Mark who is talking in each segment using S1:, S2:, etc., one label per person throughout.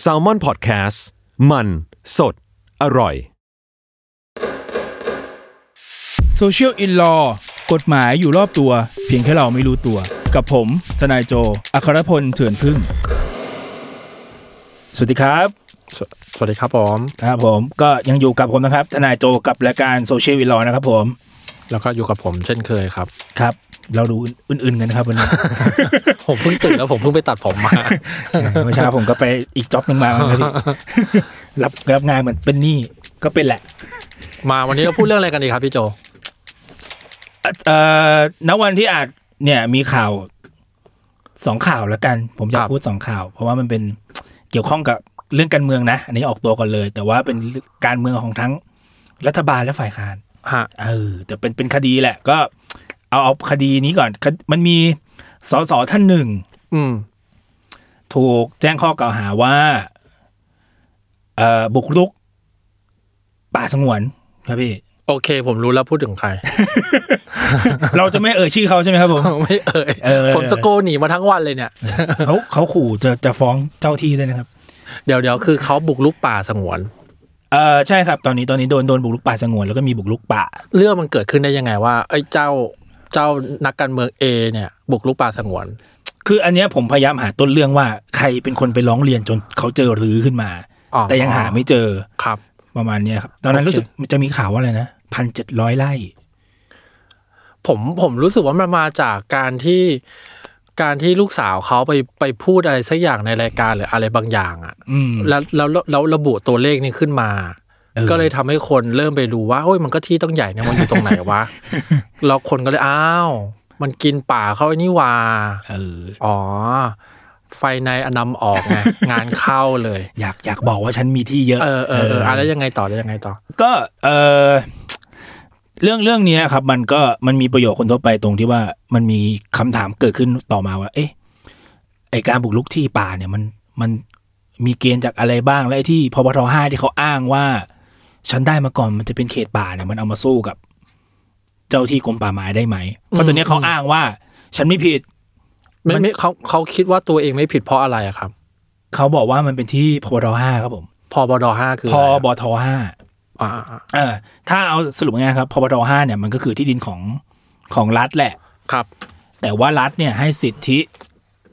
S1: แซลมอนพอดแคสต์มันสดอร่อย
S2: Social in Law กฎหมายอยู่รอบตัว เพียงแค่เราไม่รู้ตัว กับผม ทนายโจ อัครพลเถื่อนพึ่ง สวัสดีครับ
S3: สวสวัสดีครับผม
S2: ครับผมก็ยังอยู่กับผมนะครับ ทนายโจกับรายการ Social in Law นะครับผม
S3: แล้วก็อยู่กับผมเช่นเคยครับ
S2: ครับ เราดูอื่นๆกันนะครับวันนี้
S3: ผมเพิ่งตื่นแล้วผมเพิ่งไปตัดผมมา
S2: เมื่อเช้าผมก็ไปอีกจ็อบหนึ่งมาเหมือนกันพี่ รับรับงานเหมือนเป็นหนี้ก็เป็นแหละ
S3: มาวันนี้เราพูดเรื่องอะไรกันดีครับพี่โจ
S2: เอ่อณวันที่อาจเนี่ยมีข่าวสองข่าวแล้วกัน ผมอยาก
S3: ครับ
S2: พูดสองข่าว เพราะว่ามันเป็นเกี่ยวข้องกับเรื่องการเมืองนะ อันนี้ออกตัวก่อนเลย แต่ว่าเป็นการเมืองของทั้งรัฐบาลและฝ่ายค้าน
S3: ฮะ
S2: เออแต่เป็นเป็นคดีแหละ ก็เอาเอาคดีนี้ก่อนคดมันมีสสท่านหนึ่ง
S3: อืม
S2: ถูกแจ้งข้อกล่าวหาว่าเอ่อบุกรุก ป่าสงวนครับ พี่
S3: โอเค ผมรู้แล้วพูดถึงใคร
S2: เราจะไม่เอ่ยชื่อเขาใช่ไหมครับผม
S3: ไม่เอ่ย
S2: เออ
S3: ผมสะโกนหนีมาทั้งวันเลยเนี่ย
S2: เขาเขาขู่จะจะฟ้องเจ้าที่ด้วยนะครับ
S3: เดี๋ยวเดี๋ยวคือเขาบุกลุกป่าสงวน
S2: เออใช่ครับ ตอนนี้ตอนนี้โดนโดนบุกรุกป่าสงวนแล้วก็มีบุกรุกป่า
S3: เรื่องมันเกิดขึ้นได้ยังไงว่าไอ้เจ้าเจ้านักการเมืองเอเนี่ย บุกลุกป่าสงวน
S2: คืออันเนี้ยผมพยายามหาต้นเรื่องว่าใครเป็นคนไปร้องเรียนจนเขาเจอรื้อขึ้นมา
S3: อ๋อ
S2: แต่ยังหาไม่เจอ
S3: ครับ
S2: ประมาณเนี้ยครับ ตอนนั้น
S3: โอเค
S2: รู้สึกมันจะมีข่าวว่าอะไรนะพันเจ็ดร้อยไร่
S3: ผมผมรู้สึกว่ามันมาจากการที่การที่ลูกสาวเขาไปไปพูดอะไรสักอย่างในรายการหรืออะไรบางอย่างอะ
S2: อืม
S3: แล้วแล้วแล้วระบุตัวเลขนี้ขึ้นมา
S2: เออ
S3: ก็เลยทำให้คนเริ่มไปดูว่าโอ้ยมันก็ที่ต้องใหญ่เนี่ยมันอยู่ตรงไหนวะ แล้วคนก็เลยอ้าว มันกินป่าเขาไอ้นี่หว่า
S2: เออ
S3: อ๋อ ไฟในอะนำออกไง งานเข้าเลย
S2: อยากอยากบอกว่าฉันมีที่เยอะ
S3: เออเออเอออะแล้วยังไงต่อแล้วยังไงต่อ
S2: ก็เออเรื่องเรื่องเนี้ยครับ มันก็มันมีประโยชน์คนทั่วไปตรงที่ว่ามันมีคำถามเกิดขึ้นต่อมาว่า เอ๊ะไอการบุกรุกที่ป่าเนี่ยมันมันมีเกณฑ์จากอะไรบ้างและไอ้ที่พบทห้าที่เขาอ้างว่า ฉันได้มาก่อนมันจะเป็นเขตป่าเนี่ยมันเอามาสู้กับ เจ้าที่กรมป่าไม้ได้ไหมเพราะตอนนี้ยเขาอ้างว่า ฉันไม่ผิด
S3: ไม่
S2: มัน
S3: ไม่เขาเขาคิดว่าตัวเองไม่ผิดเพราะอะไรอะครับ
S2: เขาบอกว่ามันเป็นที่พบทห้าครับผม
S3: พบดห้าคือ
S2: พ
S3: อะไร
S2: บทห้า
S3: อ่าอ่าอ่า
S2: เออถ้าเอาสรุปง่ายๆครับพบทห้าเนี่ยมันก็คือที่ดินของของรัฐแหละ
S3: ครับ
S2: แต่ว่ารัฐเนี่ยให้สิทธิ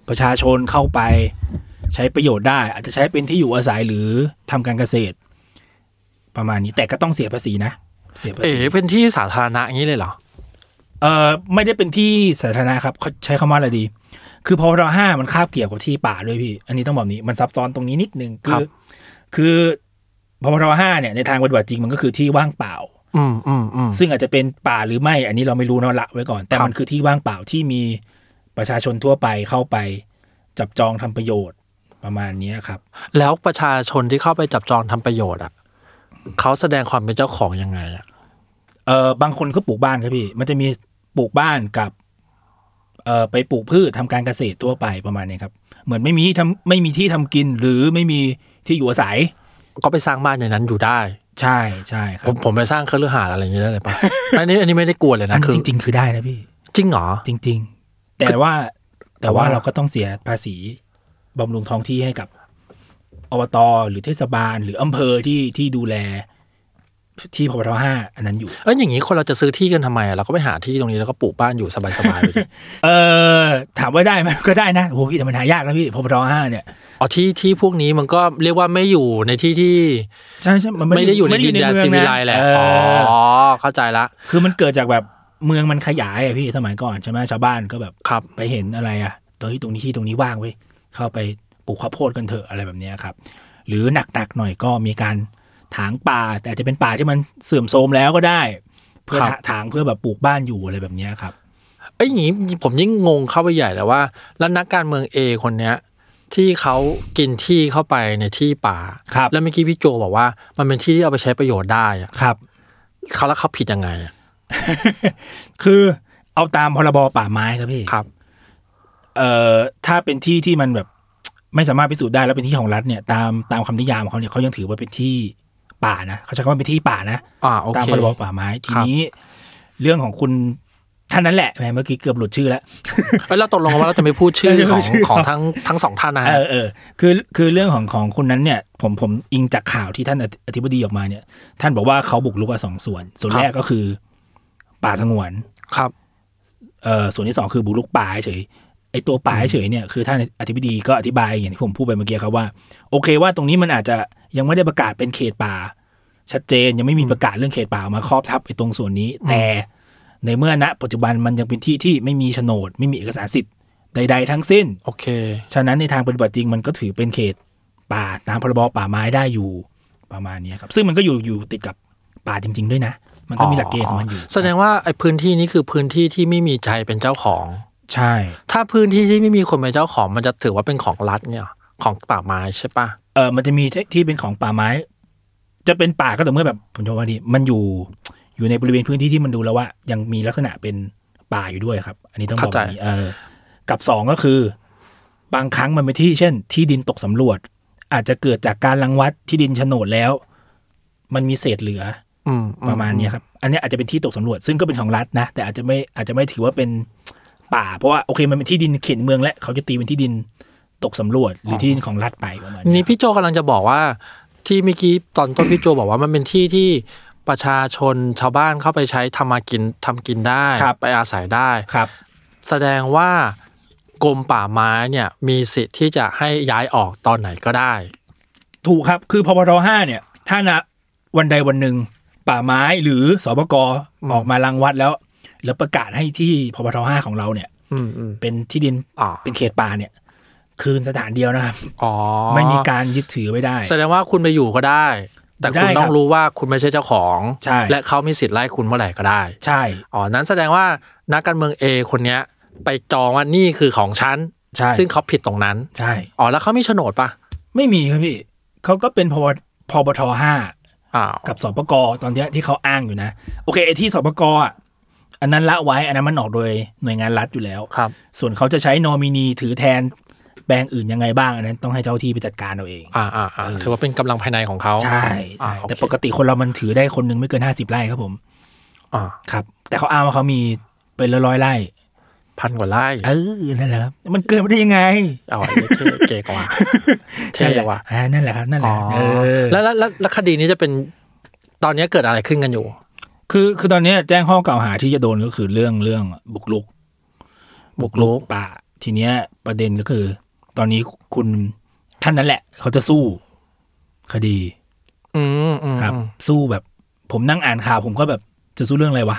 S2: ประชาชนเข้าไปใช้ประโยชน์ได้ อาจจะใช้เป็นที่อยู่อาศัยหรือทำการเกษตร ประมาณนี้แต่ก็ต้องเสียภาษีนะ เสียภา
S3: เอ๋
S2: ษี
S3: เป็นที่สาธารณะอย่างนี้เลยเหรอ
S2: เออไม่ได้เป็นที่สาธารณะครับเขาใช้คำว่าอะไรดี คือพบทห้ามันคาบเกี่ยวกับที่ป่าด้วยพี่ อันนี้ต้องบอกนี้มันซับซ้อนตรงนี้นิดนึงคือคือพบทห้าเนี่ยในทางปฏิบัติจริงมันก็คือที่ว่างเปล่า
S3: อืมอืมอืม
S2: ซึ่งอาจจะเป็นป่าหรือไม่ อันนี้เราไม่รู้เนาะละไว้ก่อน แต่
S3: ครับ
S2: มันคือที่ว่างเปล่าที่มีประชาชนทั่วไปเข้าไปจับจองทำประโยชน์ประมาณเนี้ยครับ
S3: แล้วประชาชนที่เข้าไปจับจองทำประโยชน์อ่ะเขาแสดงความเป็นเจ้าของยังไงอ่ะ
S2: เออบางคนก็ปลูกบ้านครับพี่ มันจะมีปลูกบ้านกับเออไปปลูกพืชทำการเกษตรทั่วไปประมาณเนี้ยครับ เหมือนไม่มีทำไม่มีที่ทำกินหรือไม่มีที่อยู่อาศัย
S3: ก็ไปสร้างบ้านอย่างนั้นอยู่ได้
S2: ใช่ใช่ครั
S3: ผม
S2: บ
S3: ผมไปสร้างเครือหาสน์อะไรอย่างนี้ได้เลยปะ อันนี้อันนี้ไม่ได้กลัวเลย
S2: อั
S3: นะ
S2: น
S3: คือ
S2: จริง ๆ คือได้นะพี่
S3: จริงเหรอ
S2: จริง ๆ แต่ว่าแต่ว่า
S3: แต่ว่า
S2: เราก็ต้องเสียภาษีบำรุงท้องที่ให้กับอบตหรือเทศบาล หรืออำเภอที่ที่ดูแล ที่พบทห้าอันนั้นอยู่
S3: เอ้ยอย่างนี้คนเราจะซื้อที่กันทำไมอะเราก็ไปหาที่ตรงนี้แล้วก็ปลูกบ้านอยู่สบาย ๆไปดิ
S2: เออถามว่าได้ไหม ก็ได้นะโอ้โหพี่แต่มันหายากนะพี่พบทห้าเนี่ย
S3: อ๋อที่ที่พวกนี้มันก็เรียกว่าไม่อยู่ในที่ที่
S2: ใช่ใช่มัน
S3: ไม่ได้อยู่ในดินแดน
S2: เมืองะ
S3: ซีวิไลซ์แหละ
S2: เอ
S3: อ๋อ
S2: อ
S3: เข้าใจละ
S2: คือมันเกิดจากแบบเมืองมันขยายอะพี่สมัยก่อนใช่ไหมชาวบ้านก็แบบ
S3: ครับ
S2: ไปเห็นอะไรอะตรงที่ตรงนี้ที่ตรงนี้ว่างเว้ยเข้าไปปลูกข้าวโพดกันเถอะอะไรแบบเนี้ยครับ หรือหนักๆหน่อยก็มีการถางป่า แต่อาจจะเป็นป่าที่มันเสื่อมโทรมแล้วก็ได้ เพื่อ
S3: ครับ
S2: ถางเพื่อแบบปลูกบ้านอยู่อะไรแบบเนี้ยครับ
S3: เอ้ยอย่างนี้ผมยิ่งงงเข้าไปใหญ่เลยว่า แล้วนักการเมืองเอคนเนี้ย ที่เขากินที่เข้าไปในที่ป่า
S2: ครับ
S3: แล้วเมื่อกี้พี่โจบอกว่า มันเป็นที่ที่เอาไปใช้ประโยชน์ได้อะ
S2: ครับ
S3: เขาแล้วเขาผิดยังไงอะ
S2: คือเอาตามพรบป่าไม้ครับพี่
S3: ครับ
S2: เอ่อถ้าเป็นที่ที่มันแบบ ไม่สามารถพิสูจน์ได้แล้วเป็นที่ของรัฐเนี่ยตามตามคำนิยามของเขาเนี่ยเขายังถือว่าเป็นที่ป่านะเขาใช้คำว่าเป็นที่ป่านะ
S3: อ่าโอเค
S2: ตามพรบป่าไม้ ที
S3: ครับ
S2: นี้เรื่องของคุณท่านนั้นแหละแหมเมื่อกี้เกือบหลุดชื่อแล้ว
S3: เอ้ยเราตกลงกันว่าเราจะไม่พูดชื่อ
S2: ไม่พู
S3: ของ
S2: ดชื่อ
S3: ของทั้งทั้งสองท่านนะ
S2: เอ
S3: ฮะ
S2: อเออคือคือเรื่องของของคนนั้นเนี่ย ผมผมอิงจากข่าวที่ท่านอธิอธิบดีออกมาเนี่ย ท่านบอกว่าเขาบุกรุกอะสองส่วน ส่วน
S3: ครับ
S2: แรกก็คือ ป่าสงวน
S3: ครับ
S2: เอ่อส่วนที่สองคือบุกรุกป่าเฉยไอตัวป่าเฉยเนี่ยคือท่านอธิบดีก็อธิบายอย่างที่ผมพูดไปเมื่อกี้ครับว่า โอเคว่าตรงนี้มันอาจจะยังไม่ได้ประกาศเป็นเขตป่า ชัดเจนยังไม่มีประกาศเรื่องเขตป่าออกมาครอบทับไอตรงส่วนนี้ แต่ในเมื่อณปัจจุบันมันยังเป็นที่ที่ไม่มีโฉนด ไม่มีเอกสารสิทธิ์ใด ๆ ทั้งสิ้น
S3: โอเค
S2: ฉะนั้นในทางปฏิบัติจริงมันก็ถือเป็นเขตป่าตามพรบป่าไม้ได้อยู่ประมาณเนี้ยครับ ซึ่งมันก็อยู่อยู่ติดกับป่าจริง ๆ ด้วยนะ มันก็มีหลักเกณฑ์ของมันอยู่
S3: แสดงว่าไอ้พื้นที่นี้คือพื้นที่ที่ไม่มีใจเป็นเจ้าของ
S2: ใช่
S3: ถ้าพื้นที่ที่ไม่มีคนเป็นเจ้าของมันจะถือว่าเป็นของรัฐเนี่ยหรอของป่าไม้ใช่ปะ
S2: เออมันจะมีที่เป็นของป่าไม้ จะเป็นป่าก็แต่อเมื่อแบบผมจะว่าดีมันอยู่อยู่ในบริเวณพื้นที่ที่มันดูแล้วว่า ยังมีลักษณะเป็นป่าอยู่ด้วยครับ อันนี้ต้องบอกแบบนี้เออกับสองก็คือ บางครั้งมันเป็นที่เช่น ที่ดินตกสำรวจ อาจจะเกิดจากการลังวัดที่ดินโฉนดแล้ว มันมีเศษเหลือ
S3: อืมอื
S2: ประมาณเนี้ยครับ อันเนี้ยอาจจะเป็นที่ตกสำรวจซึ่งก็เป็นของรัฐนะ แต่อาจจะไม่อาจจะไม่ถือว่าเป็นป่า เพราะว่าโอเคมันเป็นที่ดินเขตเมืองและเขาจะตีเป็นที่ดินตกสำรวจหรือที่ดินของรัฐไปประมาณ
S3: นี่
S2: เนี้ย
S3: พี่โจกำลังจะบอกว่า ที่เมื่อกี้ตอนต้นพี่โจบอกว่ามันเป็นที่ที่ประชาชนชาวบ้านเข้าไปใช้ทำมากินทำกินได้ไปอาศัยได้
S2: ครับ
S3: แสดงว่ากรมป่าไม้เนี่ยมีสิทธิ์ที่จะให้ย้ายออกตอนไหนก็ได้
S2: ถูกครับ คือพบรห้าเนี่ย ถ้านะวันใดวันหนึ่งป่าไม้หรือสบก
S3: อืม
S2: ออกมารังวัดแล้ว แล้วประกาศให้ที่พบรห้าของเราเนี่ย
S3: อืมอืม
S2: เป็นที่ดิน
S3: อ๋อ
S2: เป็นเขตป่าเนี่ย คืนสถานเดียวนะครับ
S3: อ๋อ
S2: ไม่มีการยึดถือไว้ได้
S3: แสดงว่าคุณไปอยู่ก็ได้ แต่
S2: ได้
S3: คุณ
S2: ค
S3: ต้อง
S2: รับ
S3: รู้ว่าคุณไม่ใช่เจ้าของ
S2: ใช่
S3: และเขามีสิทธิ์ไล่คุณเมื่อไหร่ก็ได้
S2: ใช่
S3: อ๋อ นั้นแสดงว่านักการเมือง A คนเนี้ย ไปจองว่านี่คือของฉัน
S2: ใช่
S3: ซึ่งเขาผิดตรงนั้น
S2: ใช่
S3: อ๋อ แล้วเขามีโฉนดปะ
S2: ไม่มีครับพี่เขาก็เป็นพบพบทห้า
S3: อ้าว
S2: กับสปกตอนเนี้ยที่เขาอ้างอยู่นะ โอเคไอ้ที่สปกอ่ะอันนั้นละไว้อันนั้นมันออกโดยหน่วยงานรัฐอยู่แล้ว
S3: ครับ
S2: ส่วนเขาจะใช้นอมินีถือแทนแปลงอื่นยังไงบ้าง อันนั้นต้องให้เจ้าที่ไปจัดการเอาเอง
S3: อ่าอ่าอ่า
S2: เออ
S3: ถือว่าเป็นกำลังภายในของเขา
S2: ใช่ใช่
S3: อ่าโอเค
S2: แต่ปกติคนเรามันถือได้คนหนึงไม่เกินห้าสิบไร่ครับผม
S3: อ่า
S2: ครับ แต่เขาอ้างว่าเขามีเป็นร้อยๆไร่
S3: พันกว่าไร่
S2: เออนั่นแหละครับมันเกิดมาได้ยังไง
S3: เอาอันนี้เท่เก๋กว่า เท่
S2: นั่นแหละ
S3: กว่า
S2: อ่านั่นแหละครับนั่นแห
S3: อ๋อ
S2: ละเออ
S3: แล้วแล้วแล้วแล้วคดีนี้จะเป็นตอนเนี้ยเกิดอะไรขึ้นกันอยู่
S2: คือคือตอนเนี้ยแจ้งข้อกล่าวหาที่จะโดนก็คือเรื่องเรื่องบุกลุก บุกลุกป่า ทีเนี้ยประเด็นก็คือ ตอนนี้คุณท่านนั้นแหละ เขาจะสู้ คดี
S3: อืมอืม
S2: ครับ
S3: อืม
S2: สู้แบบ ผมนั่งอ่านข่าว ผมก็แบบจะสู้เรื่องอะไรวะ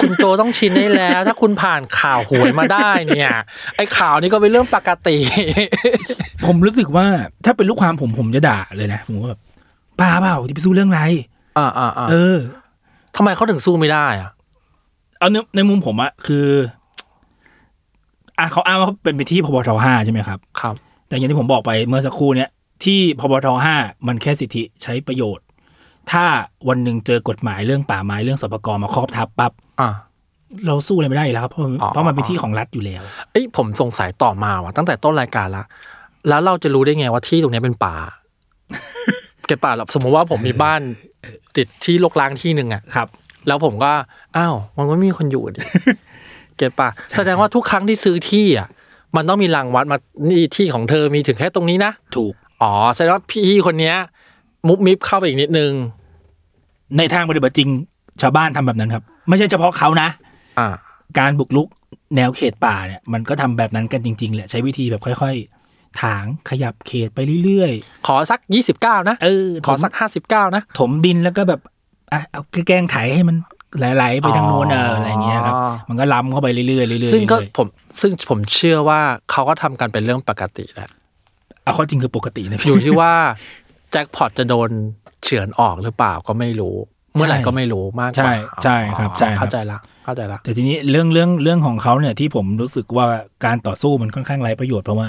S3: คุณโจต้องชินได้แล้ว ถ้าคุณผ่านข่าวหวยมาได้เนี่ย ไอ้ข่าวนี้ก็เป็นเรื่องปกติ
S2: ผมรู้สึกว่าถ้าเป็นลูกความผมผมจะด่าเลยนะผมก็แบบป้าเปล่าจะไปสู้เรื่องอะไร
S3: อ่าอ่าอ่า
S2: เออ
S3: ทำไมเขาถึงสู้ไม่ได้อะ
S2: เอาในในมุมผมอะคือ อ่ะเขาอ้างว่าเขาเป็นไปที่พบทห้าใช่ไหมครับ
S3: ครับ
S2: แต่อย่างที่ผมบอกไปเมื่อสักครู่เนี่ยที่พบทห้ามันแค่สิทธิใช้ประโยชน์ ถ้าวันหนึ่งเจอกฎหมายเรื่องป่าไม้เรื่องสปกรมาครอบทับปั๊บ
S3: อ่า
S2: เราสู้อะไรไม่ได้อยู่แล้วครับเพราะมัน
S3: อ๋อ
S2: เพราะมันเป็นที่ของรัฐอยู่แล้ว
S3: เอ้ยผมสงสัยต่อมาว่ะตั้งแต่ต้นรายการละแล้วเราจะรู้ได้ไงว่าที่ตรงเนี้ยเป็นป่า เก็บป่าหรอสมมติว่าผมมีบ้านติดที่รกร้างที่หนึ่งอะ
S2: ครับ
S3: แล้วผมก็อ้าวมันไม่มีคนอยู่ดิ เก็บป่าแสดงว่าทุกครั้งที่ซื้อที่อะมันต้องมีรางวัดมานี่ที่ของเธอมีถึงแค่ตรงนี้นะ
S2: ถูก
S3: อ๋อแสดงว่าพี่คนเนี้ย มุบมิบเข้าไปอีกนิดนึง
S2: ในทางปฏิบัติจริงชาวบ้านทำแบบนั้นครับ ไม่ใช่เฉพาะเขานะ
S3: อ่า
S2: การบุกรุกแนวเขตป่าเนี่ยมันก็ทำแบบนั้นกันจริงๆแหละใช้วิธีแบบค่อยๆ ถางขยับเขตไปเรื่อย
S3: ขอสักยี่สิบเก้านะ
S2: ๆ เออ
S3: ขอสักห้าสิบเก้านะ
S2: ถมดินแล้วก็แบบอ่ะเอาแกล้งไถให้มันไหลๆไปทางโน้นเอออะไรอย่างเงี้ยครับ
S3: อ๋อ
S2: มันก็ล้ำเข้าไปเรื่อยๆเรื่อยๆ
S3: ซึ่งก็
S2: เรื่อยๆ
S3: ผมซึ่งผมเชื่อว่าเขาก็ทำกันเป็นเรื่องปกติแหละ
S2: เอาเข้อจริงคือปกตินะ
S3: อ
S2: พี่
S3: ยู่ที่ว่า แจ็คพอตจะโดนเฉือนออกหรือเปล่าก็ไม่รู้ เมื่อไหร่ก็ไม่รู้มากกว่า
S2: ใช่ใช่ครับใช่ครับ
S3: เข้าใจละเข้าใจละ
S2: แต่ทีนี้เรื่องเรื่องเรื่องของเขาเนี่ยที่ผมรู้สึกว่าการต่อสู้มันค่อนข้างไร้ประโยชน์เพราะว่า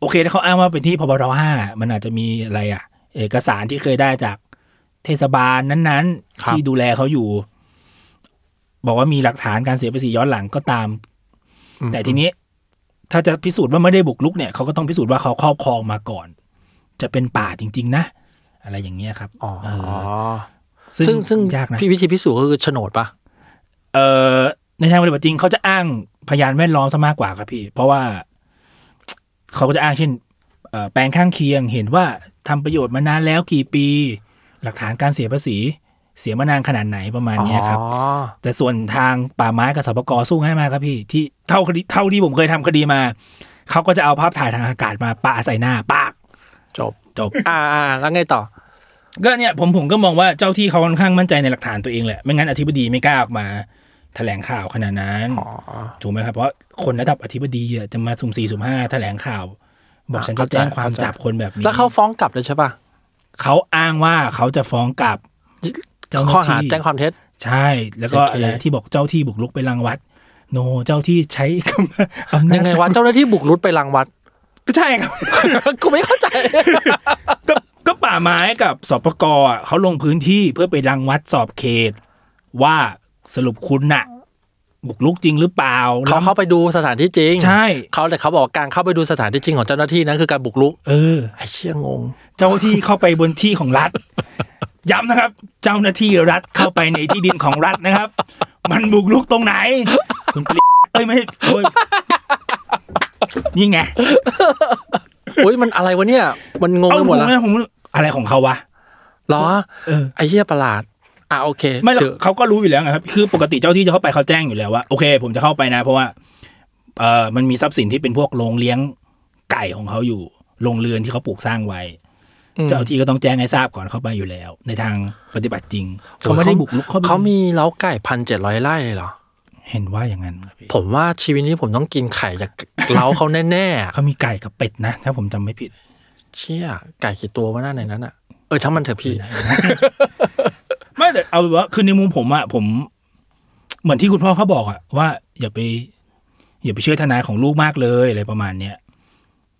S2: โอเคถ้าเขาอ้างว่าเป็นที่พบทห้ามันอาจจะมีอะไรอ่ะ เอกสารที่เคยได้จากเทศบาลนั้นๆ ที่ดูแลเขาอยู่ บอกว่ามีหลักฐานการเสียภาษีย้อนหลังก็ตาม แต่ทีนี้ถ้าจะพิสูจน์ว่าไม่ได้บุกรุกเนี่ยเขาก็ต้องพิสูจน์ว่าเขาครอบครองมาก่อน จะเป็นป่าจริง ๆ นะ อะไรอย่างเงี้ยครับ
S3: อ๋อ
S2: เออ
S3: ซึ่งซึ่ง
S2: ยากนะ
S3: พี่วิธีพิสูจน์ก็คือโฉนดปะ
S2: เอ่อในทางปฏิบัติจริงเขาจะอ้างพยานแวดล้อมซะมากกว่าครับพี่ เพราะว่า เขาก็จะอ้างเช่นเอ่อแปลงข้างเคียงเห็นว่าทำประโยชน์มานานแล้วกี่ปี หลักฐานการเสียภาษีเสียมานานขนาดไหนประมาณเนี้ยครับ
S3: อ๋อ
S2: แต่ส่วนทางป่าไม้กับสปกสู้ง่ายมากครับพี่ที่เท่าคดีเท่าที่ผมเคยทำคดีมาเขาก็จะเอาภาพถ่ายทางอากาศมาปาใส่หน้าปาก
S3: จบ
S2: จบ
S3: อ่าอ่าแล้วไงต่อ
S2: ก็เนี่ยผมผมก็มองว่าเจ้าที่เขาค่อนข้างมั่นใจในหลักฐานตัวเองแหละไม่งั้นอธิบดีไม่กล้าออกมา แถลงข่าวขนาดนั้น
S3: อ๋อ
S2: ถูกไหมครับ เพราะคนระดับอธิบดีอะจะมาสุ่มสี่สุ่มห้าแถลงข่าว บอก
S3: อ่ะ
S2: ฉันจะแจ้งความ
S3: เข้าใจ
S2: จับคนแบบนี้
S3: แล้วเขาฟ้องกลับเลยใช่ปะ
S2: เขาอ้างว่าเขาจะฟ้องกลับเจ้าห
S3: ข้อ
S2: น้า
S3: หา
S2: ที่
S3: แจ้งความเท็จ
S2: ใช่ แล้วก็
S3: โอเค
S2: อะไรที่บอกเจ้าที่บุกรุกไปรังวัด โนเจ้าที่ใช้คำอำนา
S3: ยังไง
S2: จ
S3: วะเจ้าหน้าที่บุกรุกไปรังวัด
S2: ก็ใช่ครับ
S3: กูไม่เข้าใจ
S2: ก็ก็ป่าไม้กับสปกอ่ะเขาลงพื้นที่เพื่อไปรังวัดสอบเขต ว่าสรุปคุณน่ะ บุกรุกจริงหรือเปล่า
S3: เขาเข้าไปดูสถานที่จริง
S2: ใช่
S3: เขาแต่เขาบอกการเข้าไปดูสถานที่จริงของเจ้าหน้าที่นั้นคือการบุกรุก
S2: เออ
S3: ไอ้เชี่ยงง
S2: เจ้าที่เข้าไปบนที่ของรัฐ ย้ำนะครับ เจ้าหน้าที่รัฐเข้าไปในที่ดินของรัฐนะครับ มันบุกรุกตรงไหน คุณปริเอ้ยไม่ใช่โอ้ยนี่ไง
S3: อุ้ยมันอะไรวะเนี่ย มันงง
S2: เอ้า
S3: ไปห
S2: ผม
S3: ด
S2: ม
S3: ละ
S2: นะผมอะไรของเขาวะ
S3: เหรอ
S2: เออ
S3: ไอ้เชี่ยประหลาด อ่ะโอเค
S2: ไม่หรอก
S3: คือ
S2: เขาก็รู้อยู่แล้วไงครับ คือปกติเจ้าที่จะเข้าไปเขาแจ้งอยู่แล้วว่าโอเค ผมจะเข้าไปนะ เพราะว่าเออมันมีทรัพย์สินที่เป็นพวกโรงเลี้ยงไก่ของเขาอยู่โรงเรือนที่เขาปลูกสร้างไว้
S3: ม
S2: เจ้าที่ก็ต้องแจ้งให้ทราบก่อนเข้าไปอยู่แล้ว ในทางปฏิบัติจริงเขาไม่ได้บุกรุกเข้าไป
S3: เขามีเล้าไก่พันเจ็ดร้อยไร่เลยเหรอ
S2: เห็นว่าอย่างนั้นครับพี่
S3: ผมว่าชีวิตนี้ผมต้องกินไข่จากเล้าเขาแน่
S2: เขามีไก่กับเป็ดนะ ถ้าผมจำไม่ผิด
S3: ๆ เชี่ยไก่กี่ตัววะหน้าในนั้นอ่ะ เออช่างมันเถอะพี่
S2: ไม่แต่เอาเป็นว่าคือในมุมผมอะผม เหมือนที่คุณพ่อเขาบอกอะว่า อย่าไป อย่าไปเชื่อทนายของลูกมากเลยอะไรประมาณเนี้ย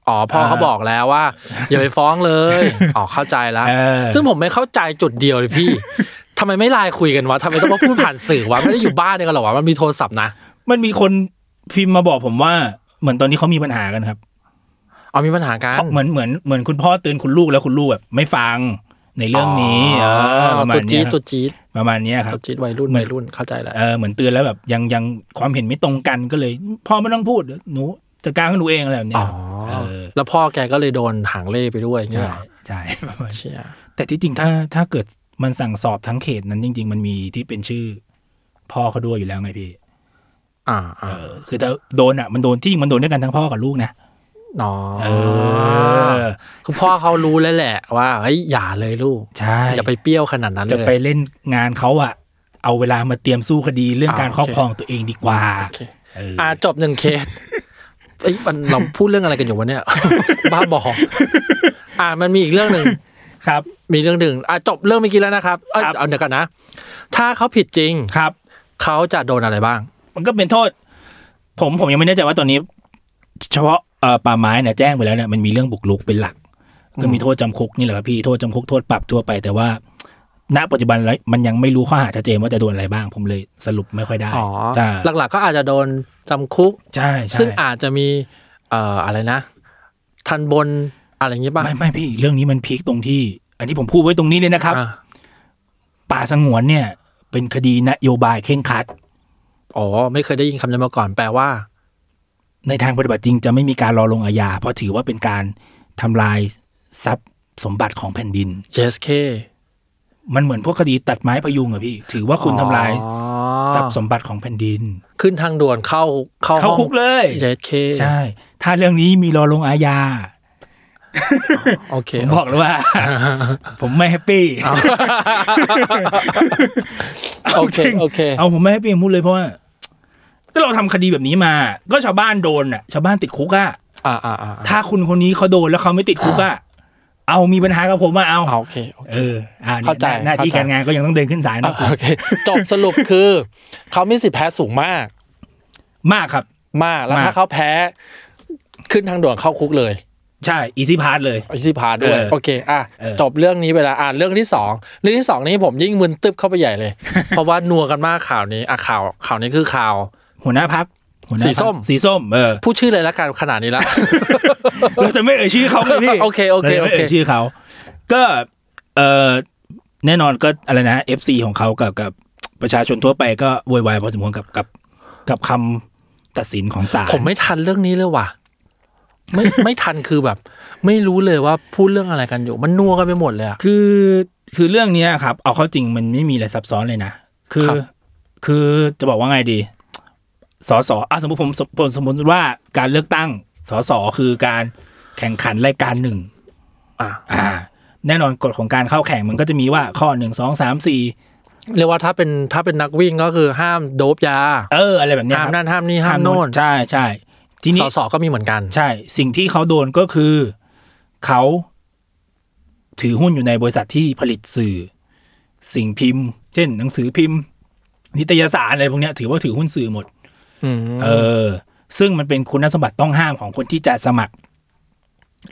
S3: อ๋อพ่อเขา
S2: อ่า
S3: บอกแล้ว ว่า อย่าไปฟ้องเลย อ๋อเข้าใจแล้ว
S2: เออ
S3: ซึ่งผมไม่เข้าใจจุดเดียวเลยพี่ ทำไมไม่ไลน์คุยกันวะทำไมต้องมาพูดผ่านสื่อวะไม่ได้อยู่บ้านเดียวกันหรอวะมันมีโทรศัพท์นะ
S2: มันมีคนพิมพ์มาบอกผมว่า เหมือนตอนนี้เขามีปัญหากันครับ
S3: เอามีปัญหากัน
S2: เพราะเหมือนเหมือนเหมือนคุณพ่อเตือนคุณลูกแล้วคุณลูกแบบไม่ฟังในเรื่องนี้เออประมา
S3: ตัว
S2: ณ
S3: จี๊
S2: เนี้ย
S3: ด
S2: ค
S3: ตั
S2: รับ
S3: วจี๊ด
S2: ประมาณเนี้ยครับ
S3: ตัวจี๊ดวัยรุ่น
S2: เหมือน
S3: วัยรุ่นเข้าใจแล้ว
S2: เออเหมือนเตือนแล้วแบบยังยังความเห็นไม่ตรงกันก็เลยพ่อไม่ต้องพูดเดี๋ยวหนูจัดการกับหนูเองอะไรแบบเนี้
S3: อ๋
S2: ยค
S3: อ
S2: รับเออ
S3: แล้วพ่อแกก็เลยโดนหางเล่ไปด้วยเนี่ย
S2: ใช่
S3: เหรอ
S2: ใช่ ประมาณ
S3: เชี่ย
S2: แต่ที่จริงถ้าถ้าเกิดมันสั่งสอบทั้งเขตนั้นจริง ๆ มันมีที่เป็นชื่อ พ่อเขาด้วยอยู่แล้วไงพี่
S3: อ่า
S2: เอ
S3: อ่า
S2: อคือถ้าโดนอ่ะมันโดนที่จริงมันโดนด้วยกันทั้งพ่อกับลูกนะ
S3: อ๋อ
S2: เออ
S3: คือพ่อเขารู้แล้วแหละ ว่าเฮ้ยอย่าเลยลูก
S2: ใช่
S3: อย่าไปเปรี้ยวขนาดนั้น
S2: จะ
S3: เล
S2: ไป
S3: ย
S2: เล่นงานเขาอ่ะ เอาเวลามาเตรียมสู้คดีเรื่องการ
S3: อ่า
S2: ครอบ
S3: โอเค
S2: ครองตัวเองดีกว่า
S3: โอเค
S2: เอออ
S3: อ่าจบหนึ่งเคสเอ้ยมันเราพูดเรื่องอะไรกันอยู่วะเนี่ย บ้าบออ่ามันมีอีกเรื่องหนึ่ง
S2: ครับ
S3: มีเรื่องหนึ่งอ่าจบเรื่องเมื่อกี้แล้วนะครับเอ้ย
S2: ครับ
S3: เอาเดี๋ยวกันนะ ถ้าเขาผิดจริง
S2: ครับ
S3: เขาจะโดนอะไรบ้าง
S2: มันก็เป็นโทษ ผมผมยังไม่แน่ใจว่าตอนนี้ เฉพาะเอ่อป่าไม้เนี่ยแจ้งไปแล้วเนี่ยมันมีเรื่องบุกรุกเป็นหลัก ก็มีโทษจำคุกนี่แหละครับพี่โทษจำคุกโทษปรับทั่วไป แต่ว่า ณปัจจุบันแล้วมันยังไม่รู้ข้อหาชัดเจนว่าจะโดนอะไรบ้าง ผมเลยสรุปไม่ค่อยได้
S3: อ๋อ
S2: ใช่
S3: หลักๆ ก็อาจจะโดนจำคุก
S2: ใช่ใช่
S3: ซึ่งอาจจะมีเอ่ออะไรนะ ทันบนอะไรอย่างงี้ป่ะ
S2: ไม่ไม่พี่เรื่องนี้มันพีคตรงที่ อันนี้ผมพูดไว้ตรงนี้เลยนะครับ
S3: อ่ะ
S2: ป่าสงวนเนี่ย เป็นคดีนโยบายเคร่งครัด
S3: อ๋อ ไม่เคยได้ยินคำนี้มาก่อน แปลว่า
S2: ในทางปฏิบัติจริงจะไม่มีการรอลงอาญาเพราะถือว่าเป็นการทำลายทรัพย์สมบัติของแผ่นดิน
S3: JSK
S2: มันเหมือนพวกคดีตัดไม้พยุงอะพี่ ถือว่าคุณทำลาย
S3: อ๋อ
S2: ทรัพย์สมบัติของแผ่นดิน
S3: ขึ้นทางด่วนเข้าเข้า
S2: เข้าคุกเลย
S3: ห้อง JSK
S2: ใช่ ถ้าเรื่องนี้มีรอลงอาญา
S3: โอเค
S2: ผมบอก เลยว่า ผมไม่แฮปปี้
S3: โอ
S2: าจ
S3: เค
S2: ริง
S3: โอเค
S2: เอาผมไม่แฮปปี้ผมพูดเลยเพราะว่าก็เราทำคดีแบบนี้มา ก็ชาวบ้านโดนอ่ะ ชาวบ้านติดคุกอ่ะ
S3: อ่าอ่าอ่า
S2: ถ้าคุณคนนี้เขาโดนแล้วเขาไม่ติดคุกอ่ะ เอามีปัญหากับผมมาเอา
S3: เอาโอเคโอเค
S2: เอออ่า
S3: เข้าใจ
S2: หน้าที่
S3: เข้า
S2: การ
S3: ใจ
S2: งานก็ยังต้องเดินขึ้นศาล
S3: อ่ะ
S2: เนาะ
S3: โอเค จบสรุปคือ เขามีสิทธิ์แพ้สูงมาก
S2: มากครับ
S3: มากแล้ว
S2: มาก
S3: ถ้าเขาแพ้ ขึ้นทางด่วนเข้าคุกเลย
S2: ใช่อีซี่พาร์เลย
S3: ไอซี่พาด้วย
S2: เออ
S3: โอเค อ่ะ
S2: เออ
S3: จบเรื่องนี้เวลาอ่านเรื่องที่สองเรื่องที่สองนี้ผมยิ่งมึนตึ๊บเข้าไปใหญ่ เลย เพราะว่านัวกันมากข่าวนี้อ่ะข่าวข่าวนี้คือข่าว
S2: หัวหน้าพักหัวหน้า
S3: สี
S2: พรรค
S3: ส้ม
S2: สีส้ม เออ
S3: พูดชื่อเลยละกันขนาดนี้ ละ
S2: เราจะไม่เอ่ยชื่อเขาเลยพี่
S3: โอเคโอเค
S2: ราจะ
S3: โอ
S2: ไม่
S3: เค
S2: เอ่ยชื่อเขาก็เออแน่นอนก็อะไรนะ FC ของเขากับกับประชาชนทั่วไปก็โวยวายพอสมควรกับกับกับคำตัดสินของศาล
S3: ผมไม่ทันเรื่องนี้เลยว่ะ ไม่ ไม่ทันคือแบบ ไม่รู้เลยว่าพูดเรื่องอะไรกันอยู่ มันนัวกันไปหมดเลยอะ
S2: คือคือเรื่องเนี้ยครับ เอาเข้าจริงมันไม่มีอะไรซับซ้อนเลยนะ คือ
S3: ครับ
S2: คือจะบอกว่าไงดีสอสออ่ะสมมติผมสมผมสมมติว่าการเลือกตั้งสอสอคือการแข่งขันรายการหนึ่ง
S3: อ่ะ
S2: อ่า แน่นอนกฎของการเข้าแข่งมันก็จะมีว่าข้อหนึ่งสองสามสี่
S3: เรียกว่าถ้าเป็นถ้าเป็นนักวิ่งก็คือห้ามโดบยา
S2: เอออะไรแบบเนี้ย
S3: ห้า
S2: ค
S3: ม
S2: รับ
S3: นั่นห้ามนี่ห้ามโน่น
S2: ใช่ใช่ที
S3: ส
S2: นี้
S3: อสอก็มีเหมือนกัน
S2: ใช่ สิ่งที่เขาโดนก็คือเขาถือหุ้นอยู่ในบริษัทที่ผลิตสื่อ สิ่งพิมพ์ เช่น หนังสือพิมพ์ นิตยสารอะไรพวกเนี้ยถือว่าถือหุ้นสื่อหมด
S3: อืม
S2: เออ ซึ่งมันเป็นคุณสมบัติต้องห้ามของคนที่จะสมัคร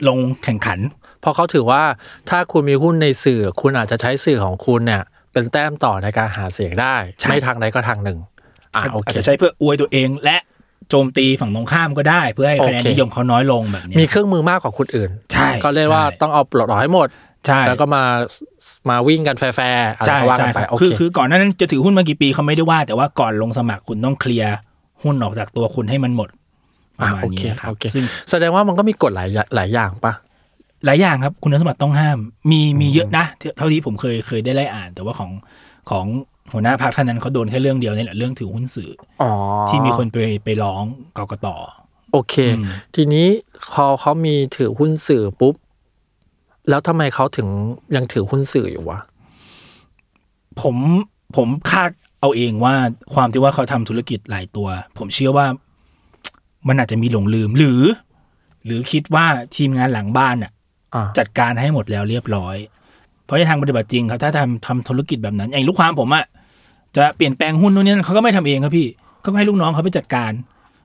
S2: ลงแข่งขัน
S3: เพราะเขาถือว่าถ้าคุณมีหุ้นในสื่อ คุณอาจจะใช้สื่อของคุณเนี่ย เป็นแต้มต่อในการหาเสียงได้
S2: ใช่
S3: ไม่ทางใดก็ทางหนึ่ง อ่ะโอเค
S2: อาจจะใช้เพื่ออวยตัวเอง และโจมตีฝั่งตรงข้ามก็ได้ เพื่อให้คะแนน
S3: โอเค
S2: นิยมเขาน้อยลงแบบเนี้ย
S3: มีเครื่องมือมากกว่าคนอื่น
S2: ใช่
S3: ก็เลยกว่า
S2: ใช่
S3: ต้องเอาปลดออกให้หมด
S2: ใช่
S3: แล้วก็มามาวิ่งกันแฟร์ๆอะไร
S2: ใช่
S3: ก็ว่ากั
S2: ใช่
S3: นไป
S2: ครับ
S3: โอ
S2: คื
S3: เค
S2: อคือก่อนหนานั้นจะถือหุ้นมากี่ปีเขาไม่ได้ว่า แต่ว่าก่อนลงสมัครคุณต้องเคลียร์หุ้นออกจากตัวคุณให้มันหมดประ
S3: อ่ะ
S2: มาณ
S3: โอเค
S2: นี้นะครับ
S3: โอเค
S2: ซึ่ง
S3: แสดงว่ามันก็มีกฎหลายอย่าหลายอย่างปะ
S2: หลายอย่างครับ คุณสมบัติต้องห้าม มีมีเยอะนะเท่าเท่าที่ผมเคยเคยได้ไล่อ่าน แต่ว่าของของหัวหน้าพรรคท่านนั้นเขาโดนแค่เรื่องเดียวนี่แหละเรื่องถือหุ้นสื่อ
S3: อ๋อ
S2: อที่มีคนไปไปร้องกกต
S3: โอเค
S2: อืม
S3: ทีนี้พอเขามีถือหุ้นสื่อปุ๊บ แล้วทำไมเขาถึงยังถือหุ้นสื่ออยู่วะ
S2: ผมผมคาดเอาเองว่าความที่ว่าเขาทำธุรกิจหลายตัว ผมเชื่อว่า มันอาจจะมีหลงลืมหรือ หรือคิดว่าทีมงานหลังบ้านอ่ะ
S3: อ่า
S2: จัดการให้หมดแล้วเรียบร้อย เพราะในทางปฏิบัติจริงครับ ถ้าทำทำธุรกิจแบบนั้น อย่างลูกความผมอะจะเปลี่ยนแปลงหุ้นนู่นนี่นั่นเขาก็ไม่ทำเองครับพี่เขาก็ให้ลูกน้องเขาไปจัดการ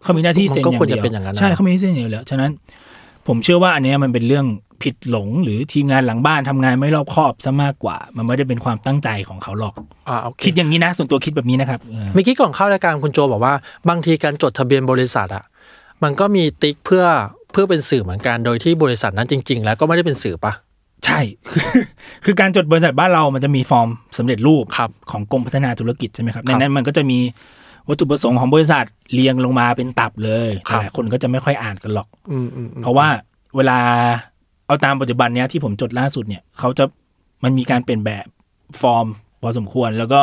S2: เขามีหน้าที่เซ็นอย่างเดียว
S3: มันก็ควรจะเป็นอย่างนั้นนะ
S2: ใช่เขามีหน้าที่เซ็นอย่างเดียวแล้วฉะนั้น ผมเชื่อว่าอันเนี้ยมันเป็นเรื่องผิดหลงหรือทีมงานหลังบ้านทำงานไม่รอบคอบซะมากกว่า มันไม่ได้เป็นความตั้งใจของเขาหรอก
S3: อ่าโอเค
S2: คิดอย่างนี้นะ ส่วนตัวคิดแบบนี้นะครับเออ
S3: เมื่อกี้ก่อนเข้ารายการคุณโจบอกว่า บางทีการจดทะเบียนบริษัทอะมันก็มีติ๊กเพื่อเพื่อเป็นสื่อเหมือนกันโดยที่บริษัทนั้นจริง ๆ แล้วก็ไม่ได้เป็นสื่อปะ
S2: ใช่ คือคือการจดบริษัทบ้านเรามันจะมีฟอร์มสำเร็จรูป
S3: ครับ
S2: ของกรมพัฒนาธุรกิจใช่ไหมครับ
S3: ค
S2: ใน
S3: รับ
S2: นั้นมันก็จะมีวัตถุประสงค์ของบริษัทเรียงลงมาเป็นตับเลย
S3: ครับ
S2: หลายคนก็จะไม่ค่อยอ่านกันหรอก
S3: อืมอืมอืม
S2: เพราะว่าเวลาเอาตามปัจจุบันเนี้ยที่ผมจดล่าสุดเนี่ยเขาจะมันมีการเปลี่ยนแบบฟอร์มพอสมควรแล้วก็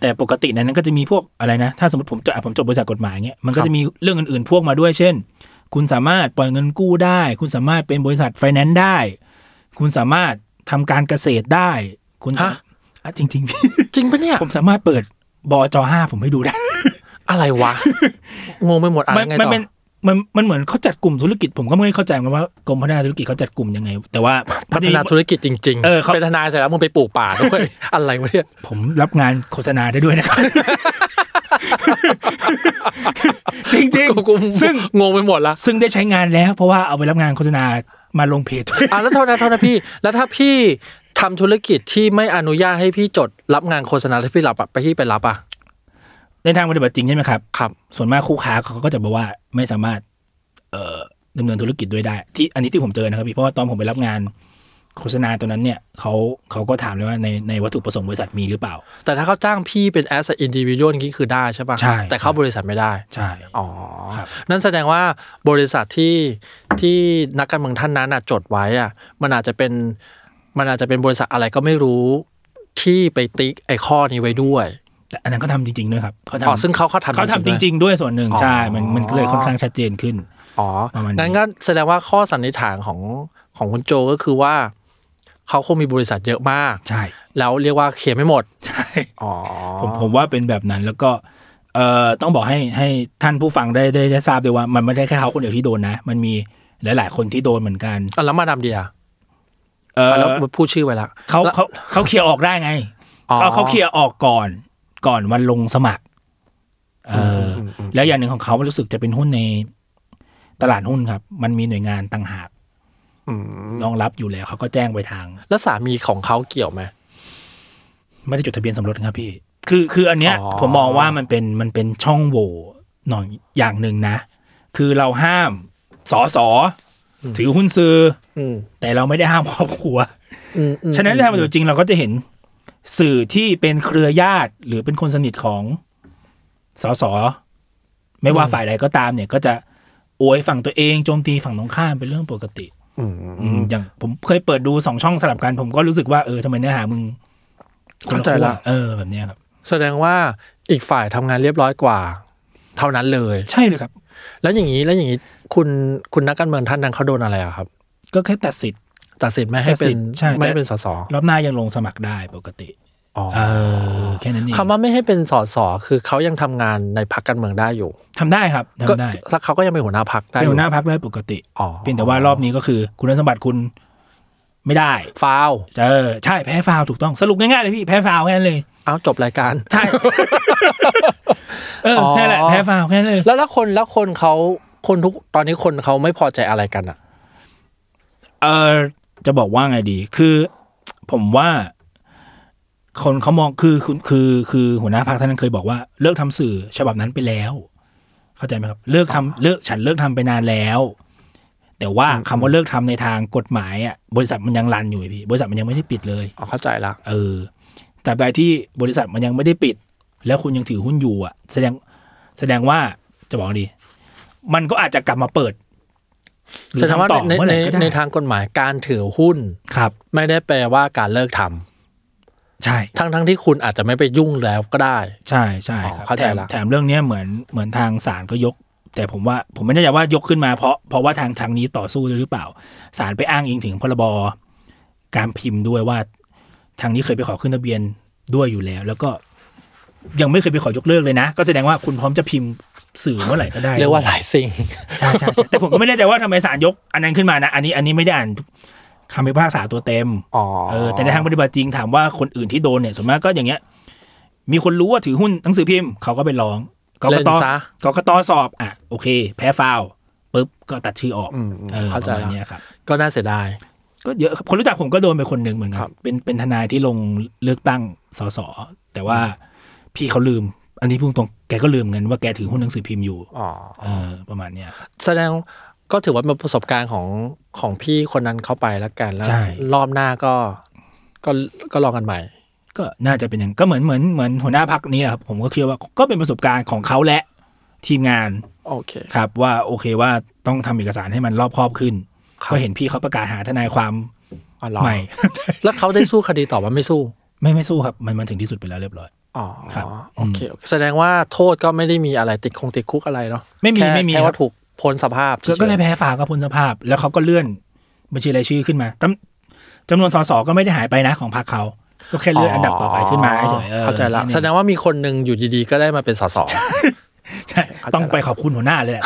S2: แต่ปกติในนั้นก็จะมีพวกอะไรนะ ถ้าสมมติผมจดอ่ะผมจบบริษัทกฎหมายเงี้ยมันก็จะมีเรื่องอื่นๆพ่วงมาด้วย เช่น คุณสามารถปล่อยเงินกู้ได้ คุณสามารถเป็นบริษัทไฟแนนซ์ได้ คุณสามารถทำการเกษตรได้ คุณสาอ่ะจริงๆพี่
S3: จริงปะเนี่ย
S2: ผมสามารถเปิดบอจอห้าผมให้ดูได้
S3: อะไรวะงงไปหมดอะไร
S2: มั
S3: ไง
S2: มั
S3: ต่อ
S2: เป็นมันมันเหมือนเขาจัดกลุ่มธุรกิจผมก็ไม่เข้าใจเหมือนกันว่ากรมพัฒนาธุรกิจเขาจัดกลุ่มยังไง แต่ว่า
S3: พัฒนาธุรกิจจริง
S2: เออเขา
S3: เป็นทนายเสร็จแล้วมึงไปปลูกป่าด้วย อะไรวะเนี่ย
S2: ผมรับงานโฆษณาได้ด้วยนะครับ จริง
S3: กูกู
S2: ๆ ซึ่ง
S3: งงไปหมดละ
S2: ซึ่งได้ใช้งานแล้วเพราะว่าเอาไปรับงานโฆษณามาลงเพจด้วย
S3: อ่ะแล้วโทษนะโทษนะพี่ แล้วถ้าพี่ทำธุรกิจที่ไม่อนุญาตให้พี่จดรับงานโฆษณาที่พี่รับอะไปที่ไปรับอ่ะ
S2: ในทางปฏิบัติจริงใช่ไหมครับ
S3: ครับ
S2: ส่วนมากคู่ค้าเขาก็จะบอกว่าไม่สามารถ เอ่อดำเนินธุรกิจด้วยได้ ที่อันนี้ที่ผมเจอนะครับพี่เพราะว่าตอนผมไปรับงานโฆษณาตัวนั้นเนี่ยเขาเขาก็ถามเลยว่าในในวัตถุประสงค์บริษัทมีหรือเปล่า
S3: แต่ถ้าเขาจ้างพี่เป็น as an individual นี่คือได้ใช่ป่ะ
S2: ใช่
S3: แต่เข้าบริษัทไม่ได้
S2: ใช่
S3: อ๋อ
S2: ครับ
S3: นั่นแสดงว่าบริษัทที่ที่นักการเมืองท่านนั้นอะจดไว้อ่ะมันอาจจะเป็นมันอาจจะเป็นบริษัทอะไรก็ไม่รู้ที่ไปติ๊กไอ้ข้อนี้ไว้ด้วย
S2: แต่อันนั้นเขาทำจริงๆด้วยครับเขา
S3: อ๋อ
S2: ทำ
S3: ซึ่งเขาเขาทำ
S2: เขาทำจ
S3: ด้วย
S2: ริง ๆ ด้วยส่วนหนึ่ง
S3: อ๋อ
S2: ใช่มันมันก็เลยค่อนข้างชัดเจนขึ้น
S3: อ๋อ
S2: ประมาณนี้
S3: งั้นก็แสดงว่าข้อสันนิษฐานของของคุณโจก็คือว่า เขาคงมีบริษัทเยอะมาก
S2: ใช่
S3: แล้วเรียกว่าเคลียร์ไม่หมด
S2: ใช่
S3: อ๋อ
S2: ผมผมว่าเป็นแบบนั้นแล้วก็เอ่อต้องบอกให้ให้ท่านผู้ฟังได้ได้ได้ทราบด้วยว่า มันไม่ได้แค่เขาคนเดียวที่โดนนะ มันมีหลาย ๆ คนที่โดนเหมือนกัน
S3: อ่ะแล้วมาดามเดีย
S2: เ เออ
S3: ะแล้วพูดชื่อไว้ละ
S2: เขา
S3: แล้ว
S2: เขาเขาเคลียร์ออกได้ไง
S3: อ๋อ
S2: เขาเขาเคลียร์ออกก่อน ก่อนวันลงสมัคร เอออ
S3: มอืม
S2: แล้วอย่างหนึ่งของเขามันรู้สึกจะเป็นหุ้นในตลาดหุ้นครับ มันมีหน่วยงานต่างหาก
S3: อืม
S2: รองรับอยู่แล้วเขาก็แจ้งไปทาง
S3: แล้วสามีของเขาเกี่ยวไหม
S2: ไม่ได้จดทะเบียนสมรสครับพี่ คือคืออันเนี้ย
S3: อ๋อ
S2: ผมมองว่ามันเป็นมันเป็นช่องโหว่หน่อยอย่างหนึ่งนะ คือเราห้ามสอสอถือหุ้นซื้อ
S3: อืม
S2: แต่เราไม่ได้ห้ามครอบครัว
S3: อืมอืม
S2: ฉะนั้นในทางปฏิบัติจริงเราก็จะเห็นสื่อที่เป็นเครือญาติ หรือเป็นคนสนิทของสสไม่ว่าฝ่ายใดก็ตามเนี่ย ก็จะโอยฝั่งตัวเองโจมตีฝั่งตรงข้ามเป็นเรื่องปกติ
S3: อืม
S2: อืมอย่างผมเคยเปิดดูสองช่องสลับกัน ผมก็รู้สึกว่าเออทำไมเนื้อหามึง
S3: เข้าใจละ
S2: เออแบบเนี้ยครับ
S3: แสดงว่าอีกฝ่ายทำงานเรียบร้อยกว่า เท่านั้นเลย
S2: ใช่เลยครับ
S3: แล้วอย่างนี้แล้วอย่างนี้คุณคุณนักการเมืองท่านนั้นเขาโดนอะไรอะครับ
S2: ก็แค่ตัดสิทธิ์
S3: ตัดสินไม่ให้
S2: ตัด
S3: เป็
S2: สิ
S3: น
S2: ทธิ์ใช่แต่
S3: ไม่ให้เป็นสส
S2: รอบหน้ายังลงสมัครได้ปกติ
S3: อ๋อ
S2: เออแค่นั้นเอง
S3: คำว่าไม่ให้เป็นสสคือเขายังทำงานในพรรคการเมืองได้อยู่
S2: ทำได้ครับทำ
S3: ก็
S2: ได้
S3: แล้วเขาก็ยังเป็นหัวหน้าพรรคได้
S2: เป็
S3: อน ยู่
S2: หัวหน้าพักได้ปกติ
S3: อ๋อ
S2: เพียงแต่ว่ารอบนี้ก็คือ คุณสมบัติคุณไม่ได้
S3: ฟาว
S2: เออใช่แพ้ฟาวถูกต้องสรุปง่ายๆเลยพี่แพ้ฟาวแค่นั้นเลย
S3: เอาจบรายการ
S2: ใช่ เออแค่นั้นแหละ
S3: อ๋อ
S2: แพ้ฟาวแค่นั้นเลย
S3: แล้วแล้วคนแล้วคนเขาคนทุกตอนนี้คนเขาไม่พอใจอะไรกันอ่ะ
S2: เออจะบอกว่าไงดี คือ ผมว่า คนเขามองคือคือคือคือหัวหน้าพรรคท่านนั้นเคยบอกว่า เลิกทำสื่อฉบับนั้นไปแล้ว เข้าใจไหมครับ เลิกทำเลิกฉันเลิกทำไปนานแล้ว แต่ว่าคำว่าเลิกทำในทางกฎหมายอ่ะบริษัทมันยังรันอยู่ไอ้พี่บริษัทมันยังไม่ได้ปิดเลย
S3: อ๋อเข้าใจละ
S2: เออ แต่ใบที่บริษัทมันยังไม่ได้ปิด แล้วคุณยังถือหุ้นอยู่อ่ะ แสดงแสดงว่าจะบอกดี มันก็อาจจะกลับมาเปิดหรือ
S3: แสดงว่า
S2: ทำต่อ
S3: ใน
S2: เมื่อไห
S3: ใน
S2: ร่ก็ได้
S3: ในทางกฎหมายการถือหุ้น
S2: ครับ
S3: ไม่ได้แปลว่าการเลิกทำ
S2: ใช่
S3: ทั้งทั้งที่คุณอาจจะไม่ไปยุ่งแล้วก็ได้
S2: ใช่ใช่ครับ
S3: อ๋อเข้าใจ
S2: แถม
S3: ละ
S2: แถมเรื่องเนี้ยเหมือนเหมือนทางศาลก็ยก แต่ผมว่าผมไม่แน่ใจว่ายกขึ้นมาเพราะเพราะว่าทางทางนี้ต่อสู้ด้วยหรือเปล่าศาลไปอ้างอิงถึงพรบการพิมพ์ด้วยว่า ทางนี้เคยไปขอขึ้นทะเบียนด้วยอยู่แล้ว แล้วก็ยังไม่เคยไปขอยกเลิกเลยนะ ก็แสดงว่าคุณพร้อมจะพิมพ์สื่อเมื่อไหร่ก็ได้
S3: เรียกว่าหลายสิ่ง
S2: ใช่ใช่ใช่แต่ผมก็ไม่แน่ใจว่าทำไมศาลยก อันนั้นขึ้นมานะอันนี้อันนี้ไม่ได้อ่านคำพิพากษาตัวเต็ม
S3: อ๋อ
S2: เออแต่ในทางปฏิบัติจริงถามว่าคนอื่นที่โดนเนี่ยส่วนมากก็อย่างเงี้ย มีคนรู้ว่าถือหุ้นหนังสือพิมพ์เขาก็ไปร้องกก
S3: เล่น
S2: ต
S3: ซะ
S2: กกตสอบอ่ะโอเค แพ้ฟาวปุ๊บก็ตัดชื่อออก
S3: อืมอืม
S2: เออ
S3: เข้าใจ
S2: ประมณเนี้ยครับ
S3: ก็น่าเสียดาย
S2: ก็เยอะครับคนรู้จักผมก็โดนไปคนหนึ่งเหมือนกัน
S3: ครับ
S2: เป็นเป็นทนายที่ลงเลือกตั้งสสแต่ว่าพี่เขาลืม อันนี้พูดตรงแกก็ลืมเงินว่าแกถือหุ้นหนังสือพิมพ์อยู่
S3: อ๋อ
S2: เออประมาณเนี้ยครับ
S3: แสดงก็ถือว่าเป็นประสบการณ์ของของพี่คนนั้นเข้าไปแล้วกันแล้ว
S2: ใช่
S3: รอบหน้าก็ก็ก็ลองกันใหม่
S2: ก็น่าจะเป็นอย่างก็เหมือนเหมือนเหมือนหัวหน้าพักนี้แหละครับผมก็เชื่อว่าก็เป็นประสบการณ์ของเขาและทีมงาน
S3: โอเค
S2: ครับว่าโอเคว่าต้องทำเอกสารให้มันรอบครอบขึ้น
S3: ครับ
S2: ก็เห็นพี่เขาประกาศหาทนายความ
S3: อ๋อ
S2: ใหม่
S3: แล้วเขาได้สู้คดีต่อว่าไม่สู้
S2: ไม่ไม่สู้ครับ มันมันถึงที่สุดไปแล้วเรียบร้อย
S3: อ๋อ
S2: ครับ
S3: โอเคโอเค แสดงว่าโทษก็ไม่ได้มีอะไรติดคงติดคุกอะไรเนาะ
S2: ไม่มี
S3: แค่
S2: ไม่มี
S3: แค่
S2: ครั
S3: ว่า
S2: บ
S3: ถูกพ้นสภาพ
S2: ก็ก็แค่แพ้ฝากกับพลสภาพ แล้วเขาก็เลื่อนบัญชีรายชื่อขึ้นมาจำจำนวนสสก็ไม่ได้หายไปนะของพรรคเขาก็แค่เลื่อนอันดับต่อไปขึ้นมาเฉยๆออ
S3: เข้าใจละ
S2: ค่นั้น
S3: แสดงว่ามีคนหนึ่งอยู่ดีๆ ก็ได้มาเป็นสส
S2: ใช่ต้องไปขอบคุณหัวหน้าเลยแหละ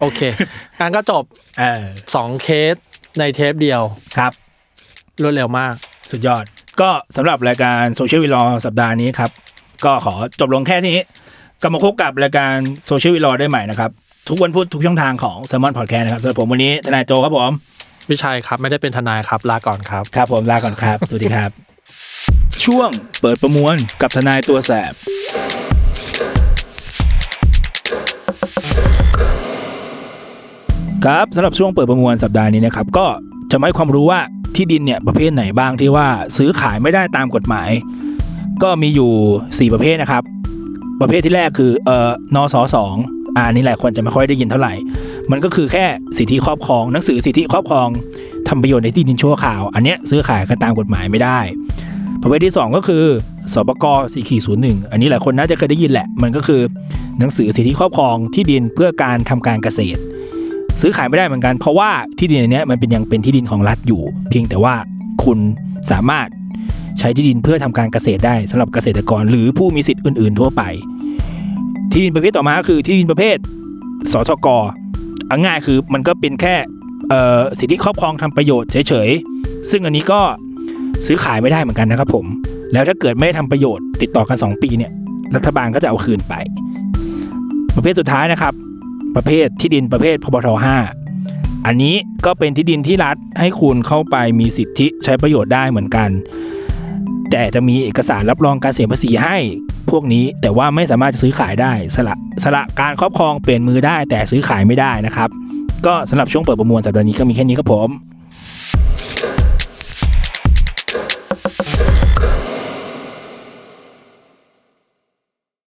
S3: โอเค งานก็จบ
S2: เออ
S3: 2 เคสในเทปเดียว
S2: ครับ
S3: รวดเร็วมาก
S2: สุดยอด ก็สำหรับรายการโซเชียลวีลอสัปดาห์นี้ครับ ก็ขอจบลงแค่นี้กลับมาพบกับรายการโซเชียลวีลอได้ใหม่นะครับ ทุกวันพุธทุกช่องทางของ s ซ l m o n Podcast นะครับสำหรับผมวันนี้ ทนายโจครับผม
S3: วิชัยครับไม่ได้เป็นทนายครับลาก่อนครับ
S2: ครับผมลาก่อนครับ สวัสดีครับ ช่วงเปิดประมวลกับทนายตัวแสบครับสำหรับช่วงเปิดประมวลสัปดาห์นี้นะครับ ก็จะมาให้ความรู้ว่าที่ดินเนี่ยประเภทไหนบ้างที่ว่าซื้อขายไม่ได้ตามกฎหมาย ก็มีอยู่ 4 ประเภทนะครับ ประเภทที่แรกคือเอ่อนสสองอ่าอันนี้หลายคนจะไม่ค่อยได้ยินเท่าไหร่ มันก็คือแค่สิทธิครอบครองหนังสือสิทธิครอบครองทำประโยชน์ในที่ดินชั่วคราว อันเนี้ยซื้อขายกันตามกฎหมายไม่ได้ ประเภทที่ 2 ก็คือสปกสี่ขีศูนย์หนึ่งอันนี้หลายคนน่าจะเคยได้ยินแหละ มันก็คือหนังสือสิทธิครอบครองที่ดินเพื่อการทำการเกษตร ซื้อขายไม่ได้เหมือนกัน เพราะว่าที่ดินอันเนี้ยมันเป็นยังเป็นที่ดินของรัฐอยู่ เพียงแต่ว่าคุณสามารถใช้ที่ดินเพื่อทำการเกษตรได้สำหรับเกษตรกร หรือผู้มีสิทธิ์อื่น ๆ ทั่วไป ที่ดินประเภทต่อมาก็คือที่ดินประเภทสทก เอาง่ายคือมันก็เป็นแค่ เอ่อสิทธิครอบครองทำประโยชน์เฉยๆ ซึ่งอันนี้ก็ซื้อขายไม่ได้เหมือนกันนะครับผม แล้วถ้าเกิดไม่ได้ทำประโยชน์ติดต่อกัน 2 ปีเนี่ย รัฐบาลก็จะเอาคืนไป ประเภทสุดท้ายนะครับ ประเภทที่ดินประเภทพบท5อันนี้ก็เป็นที่ดินที่รัฐให้คุณเข้าไปมีสิทธิใช้ประโยชน์ได้เหมือนกัน แต่จะมีเอกสารรับรองการเสียภาษีให้พวกนี้แต่ว่าไม่สามารถจะซื้อขายได้สละสละการครอบครองเปลี่ยนมือได้แต่ซื้อขายไม่ได้นะครับ ก็สำหรับช่วงเปิดประมวลสัปดาห์นี้ก็มีแค่นี้ครับผม